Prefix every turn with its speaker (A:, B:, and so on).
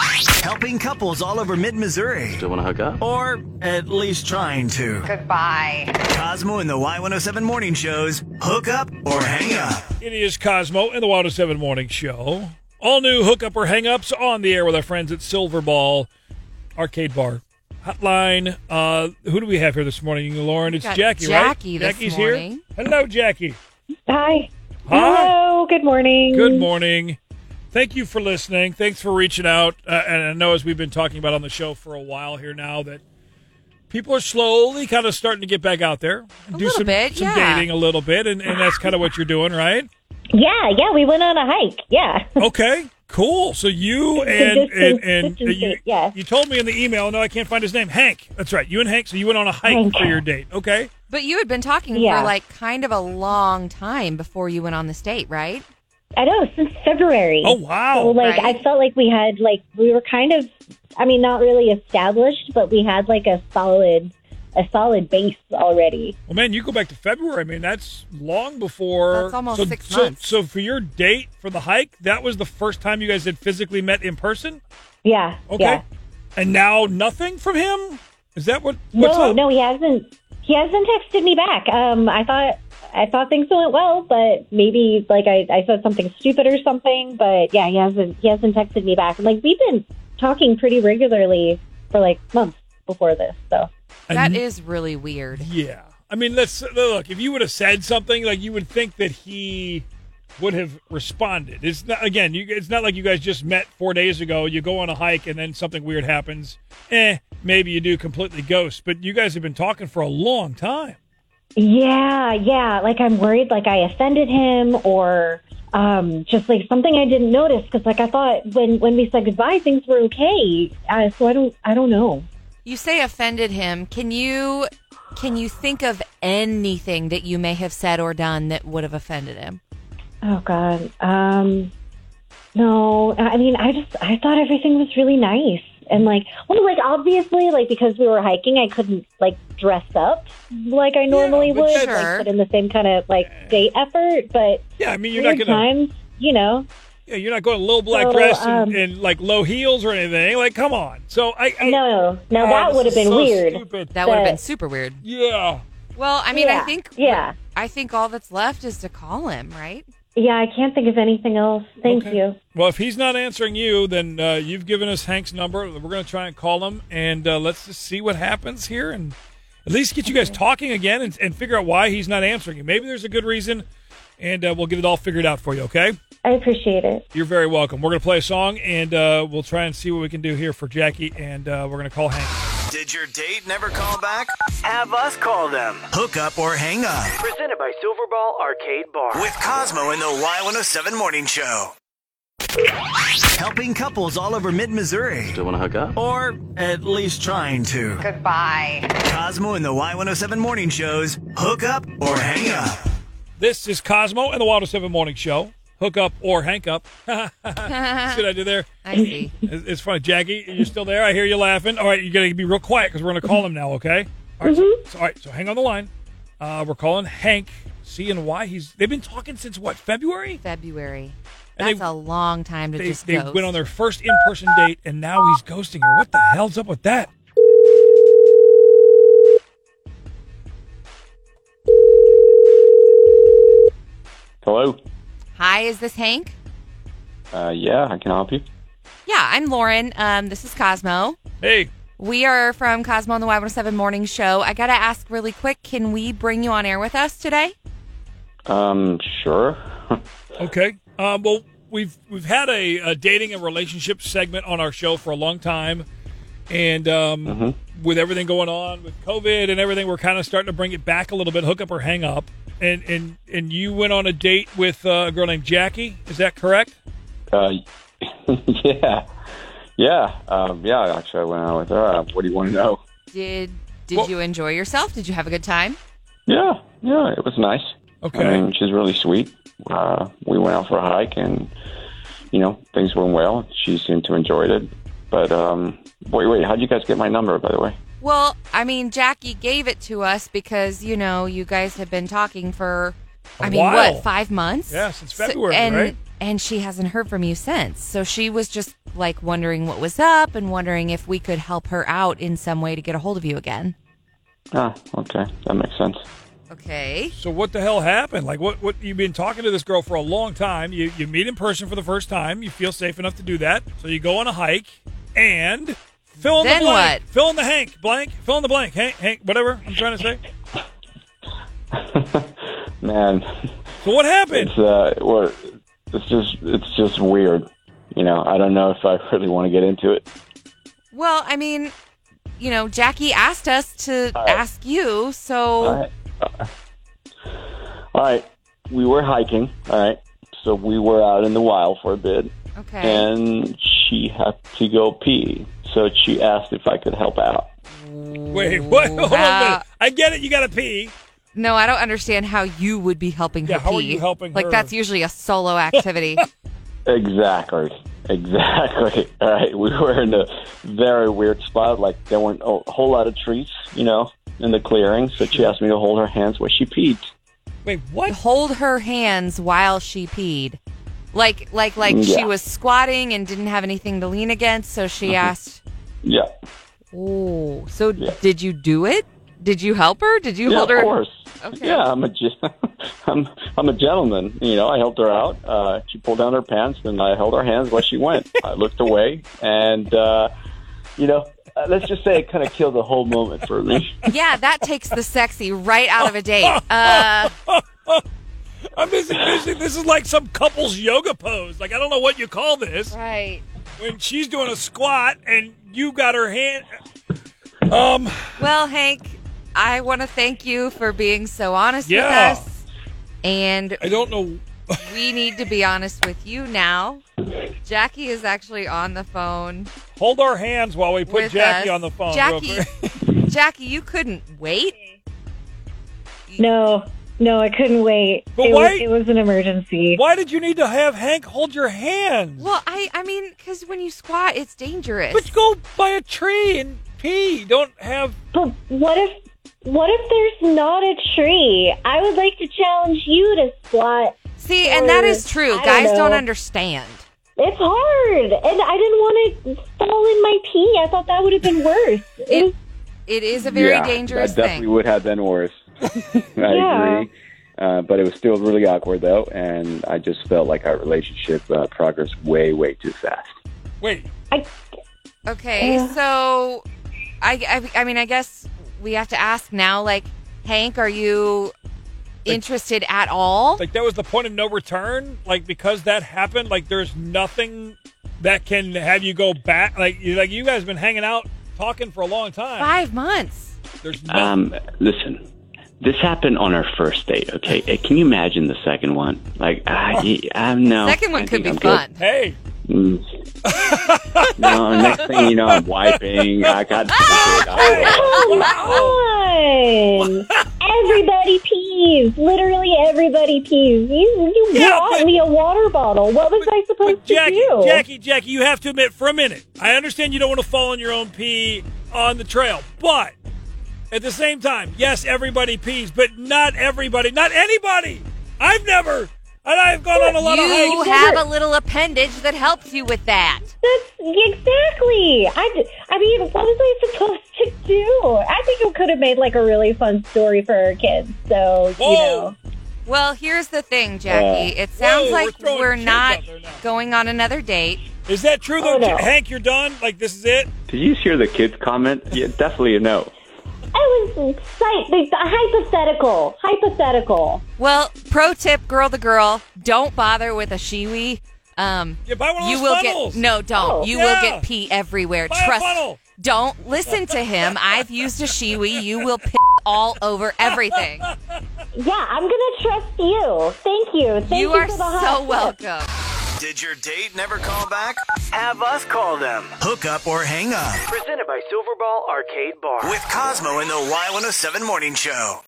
A: helping couples all over mid Missouri.
B: Still want to hook up?
A: Or at least trying to.
C: Goodbye.
A: Cosmo and the Y107 morning shows hook up or hang up.
D: It is Cosmo and the Water 7 Morning Show. All new hookup or hangups on the air with our friends at Silver Ball Arcade Bar. Hotline. Uh, who do we have here this morning, Lauren? It's
E: Got
D: Jackie,
E: Jackie
D: right?
E: this
D: Jackie's
E: morning.
D: here. Hello, Jackie.
F: Hi.
D: Hi.
F: Hello. Good morning.
D: Good morning. Thank you for listening. Thanks for reaching out. Uh, and I know, as we've been talking about on the show for a while here now, that people are slowly kind of starting to get back out there and do
E: little
D: some,
E: bit,
D: some
E: yeah.
D: dating a little bit. And, and that's kind of what you're doing, right?
F: Yeah, yeah. We went on a hike. Yeah.
D: Okay, cool. So you and and,
F: distance-
D: and
F: distance
D: you,
F: date, yes.
D: you told me in the email. No, I can't find his name. Hank. That's right. You and Hank. So you went on a hike
F: Hank.
D: for your date. Okay.
E: But you had been talking
F: Yeah.
E: for like kind of a long time before you went on this date, right?
F: I know since February.
D: Oh wow.
F: So, like
E: Right.
F: I felt like we had like we were kind of I mean not really established, but we had like a solid a solid base already.
D: Well, man, you go back to February. I mean, that's long before.
E: That's almost
D: so,
E: six
D: so,
E: months.
D: So for your date for the hike, that was the first time you guys had physically met in person.
F: Yeah.
D: Okay.
F: Yeah.
D: And now nothing from him. Is that what?
F: No,
D: What's up?
F: no, he hasn't. He hasn't texted me back. Um, I thought I thought things went well, but maybe like I, I said something stupid or something. But yeah, he hasn't. He hasn't texted me back. And like we've been talking pretty regularly for like months before this. So
D: And
E: That
D: you-
E: is really weird.
D: Yeah. I mean, let's look. If you would have said something, like you would think that he would have responded. It's not again. You, it's not like you guys just met four days ago. You go on a hike and then something weird happens. Eh, maybe you do completely ghost. But you guys have been talking for a long time.
F: yeah, yeah. Like I'm worried, like I offended him or um, just like something I didn't notice because like I thought when when we said goodbye, things were okay. Uh, so I don't. I don't know.
E: You say offended him. Can you can you think of anything that you may have said or done that would have offended him?
F: Oh God. Um, no, I mean, I just I thought everything was really nice and like, well, like obviously, like because we were hiking, I couldn't like dress up like I normally
D: but
F: would,
E: sure.
F: like put in the same kind of like date effort, but
D: Yeah, I mean, you're
F: weird
D: not gonna.
F: times, you know.
D: Yeah, you're not going little black
F: So,
D: dress and,
F: um,
D: and like low heels or anything. Like, come on. So I. I
F: No, no,
D: Oh,
F: that
D: this
F: would have
D: is
F: been
D: so
F: weird.
D: stupid.
E: That would have
F: That-
E: been super weird.
D: Yeah.
E: Well, I mean, I
F: Yeah,
E: think
F: yeah.
E: I think all that's left is to call him, right?
F: Yeah, I can't think of anything else. Thank
D: Okay.
F: you.
D: Well, if he's not answering you, then uh, you've given us Hank's number. We're going to try and call him, and uh, let's just see what happens here, and at least get you guys talking again and, and figure out why he's not answering you. Maybe there's a good reason, and uh, we'll get it all figured out for you. Okay?
F: I appreciate it.
D: You're very welcome. We're going to play a song, and uh, we'll try and see what we can do here for Jackie, and uh, we're going to call Hank.
A: Did your date never call back?
G: Have us call them.
A: Hook up or hang up
G: Presented by Silverball Arcade Bar.
A: with Cosmo and the Y107 morning show. Helping couples all over mid Missouri.
B: Still want to hook up?
A: Or at least trying to.
C: Goodbye.
A: Cosmo and the Y107 morning shows hook up or hang up.
D: This is Cosmo and the Water Seven Morning Show. Hook up or Hank up. See what I did there?
E: I see.
D: It's it's funny, Jackie. You're still there. I hear you laughing. All right, you gotta be real quiet because we're gonna call him now. Okay. All right, so- so, all right. So hang on the line. Uh, we're calling Hank, seeing why he's. They've been talking since what February.
E: February.
D: And they-
E: That's a long time to
D: They,
E: just
D: they
E: ghost.
D: went on their first in-person date, and now he's ghosting her. What the hell's up with that?
H: Hello.
E: Hi, is this Hank?
H: Uh, yeah, I can help you.
E: Yeah, I'm Lauren. Um, this is Cosmo.
D: Hey,
E: We are from Cosmo on the Y107 Morning Show. I got to ask really quick can we bring you on air with us today?
H: Um, sure.
D: Okay. Um, well, we've we've had a, a dating and relationship segment on our show for a long time, and um, with everything going on with COVID and everything, we're kind of starting to bring it back a little bit. Hook up or hang up. And and and you went on a date with uh, a girl named Jackie. Is that correct?
H: uh, yeah, yeah, um, yeah. Actually, I went out with her. Uh, what do you want to know?
E: Did did
D: Well-
E: you enjoy yourself? Did you have a good time?
H: Yeah, yeah. It was nice.
D: Okay.
H: I mean, she's really sweet. Uh, we went out for a hike, and you know, things went well. She seemed to enjoy it. But um, wait, wait. How'd you guys get my number, by the way?
E: Well, I mean, Jackie gave it to us because, you know, you guys have been talking for, I
D: A
E: mean,
D: while.
E: what, five months?
D: Yeah, since
E: So-
D: February,
E: and
D: right?
E: and she hasn't heard from you since. So she was just like wondering what was up and wondering if we could help her out in some way to get a hold of you again.
H: Ah, okay. That makes sense.
E: Okay.
D: So what the hell happened? Like what what you've been talking to this girl for a long time. You you meet in person for the first time. You feel safe enough to do that. So you go on a hike and fill in
E: Then
D: the blank.
E: what?
D: Fill in the Hank blank. Fill in the blank. Hank Hank whatever I'm trying to say.
H: Man,
D: So what happened?
H: it's uh, what it's just it's just weird. You know, I don't know if I really want to get into it.
E: Well, I mean, you know, Jackie asked us to ask you, so
H: All right. All right. We were hiking. All right. So we were out in the wild for a bit,
E: okay.
H: and she had to go pee. So she asked if I could help out.
D: Wait, what? Hold on a
E: Wow.
D: minute. I get it. You got to pee.
E: No, I don't understand how you would be helping
D: Yeah,
E: her.
D: how are
E: pee.
D: you helping
E: Like
D: her?
E: that's usually a solo activity.
H: Exactly. Exactly. All right. We were in a very weird spot. Like there weren't a whole lot of trees, you know, in the clearing. So she asked me to hold her hands where she peed.
D: Wait, what?
E: Hold her hands while she peed. Like like like she
H: Mm, Yeah.
E: was squatting and didn't have anything to lean against, so she
H: Mm-hmm.
E: asked,
H: Yeah.
E: "Oh, so did you do it? Did you help her? Did you
H: yeah,
E: hold
H: of
E: her?"
H: course.
E: Okay.
H: Yeah, I'm a ge- I'm I'm a gentleman. You know, I helped her out. Uh, she pulled down her pants, and I held her hands while she went. I looked away, and uh, you know, uh, let's just say it kind of killed the whole moment for me.
E: Yeah, that takes the sexy right out of a date. Uh,
D: I'm just envisioning this is like some couple's yoga pose. Like I don't know what you call this
E: right.
D: when she's doing a squat and you got her hand. um,
E: Well, Hank, I want to thank you for being so honest
D: Yeah.
E: with us. And
D: I don't know.
E: we need to be honest with you now. Jackie is actually on the phone
D: Hold our hands while we put
E: with
D: Jackie
E: us.
D: on the phone. real
E: Jackie,
D: quick.
E: Jackie, you couldn't wait.
F: No, no, I couldn't wait.
D: But
F: it,
D: why-
F: Was, it was an emergency.
D: Why did you need to have Hank hold your hand?
E: Well, I, I mean, because when you squat, it's dangerous.
D: But go by a tree and pee. Don't have.
F: But what if what if there's not a tree? I would like to challenge you to squat.
E: See, and that is true.
F: I don't
E: Guys don't
F: know.
E: understand.
F: It's hard, and I didn't want to fall in my pee. I thought that would have been worse. It was-
E: It is a very
H: yeah,
E: dangerous
H: that definitely
E: thing.
H: would have been worse. I
F: Yeah.
H: agree. Uh, but it was still really awkward though, and I just felt like our relationship uh, progressed way, way too fast.
D: Wait.
F: I,
E: Okay, so I, I, I mean, I guess we have to ask now. Like, Hank, are you interested at all?
D: Like that was the point of no return. Like because that happened. Like there's nothing that can have you go back. Like you, like you guys been hanging out, talking for a long time.
E: Five months.
D: There's nothing.
B: Um, listen, this happened on our first date. Okay, Uh, can you imagine the second one? Like, I, I no.
E: Oh. Second
B: I
E: one could
B: think
E: be
B: I'm good.
E: fun.
D: hey.
B: Mm. no, next thing you know, I'm wiping. I got.
F: come on! everybody pees. Literally, everybody pees. You you
D: Yeah,
F: brought
D: but-
F: me a water bottle. What was I supposed
D: But Jackie,
F: to do?
D: Jackie, Jackie, you have to admit for a minute. I understand you don't want to fall on your own pee on the trail, but at the same time, yes, everybody pees, but not everybody, not anybody. I've never, and I've gone on a lot of
E: You
D: hikes.
E: have a little appendage that helps you with that.
F: That's exactly. I, d- I mean, what was I supposed to do? I think it could have made like a really fun story for our kids. So
D: Whoa.
F: you know,
E: Well, here's the thing, Jackie. It sounds
D: Whoa, we're
E: like
D: throwing
E: we're
D: kids
E: not
D: out there now.
E: going on another date.
D: Is that true though,
F: Oh, no.
D: Hank? You're done. Like this is it.
H: Did you hear the kids comment? Yeah, definitely a no.
F: I was psyched. They- Hypothetical, hypothetical.
E: Well, pro tip, girl to girl, don't bother with a shiwi. Um,
D: Yeah, buy one of
E: you
D: those
E: will
D: funnels.
E: get no, don't.
F: Oh.
E: you
D: Yeah.
E: will get pee everywhere.
D: Buy a
E: Trust.
D: funnel.
E: Don't listen to him. I've used a shiwi. You will piss all over everything.
F: Yeah, I'm gonna trust you. Thank you. Thank you,
E: you are
F: for the hot
E: so
F: tip.
E: welcome.
A: Did your date never call back?
G: Have us call them.
A: Hook up or hang up
G: Presented by Silverball Arcade Bar.
A: with Cosmo in the Y107 Morning Show.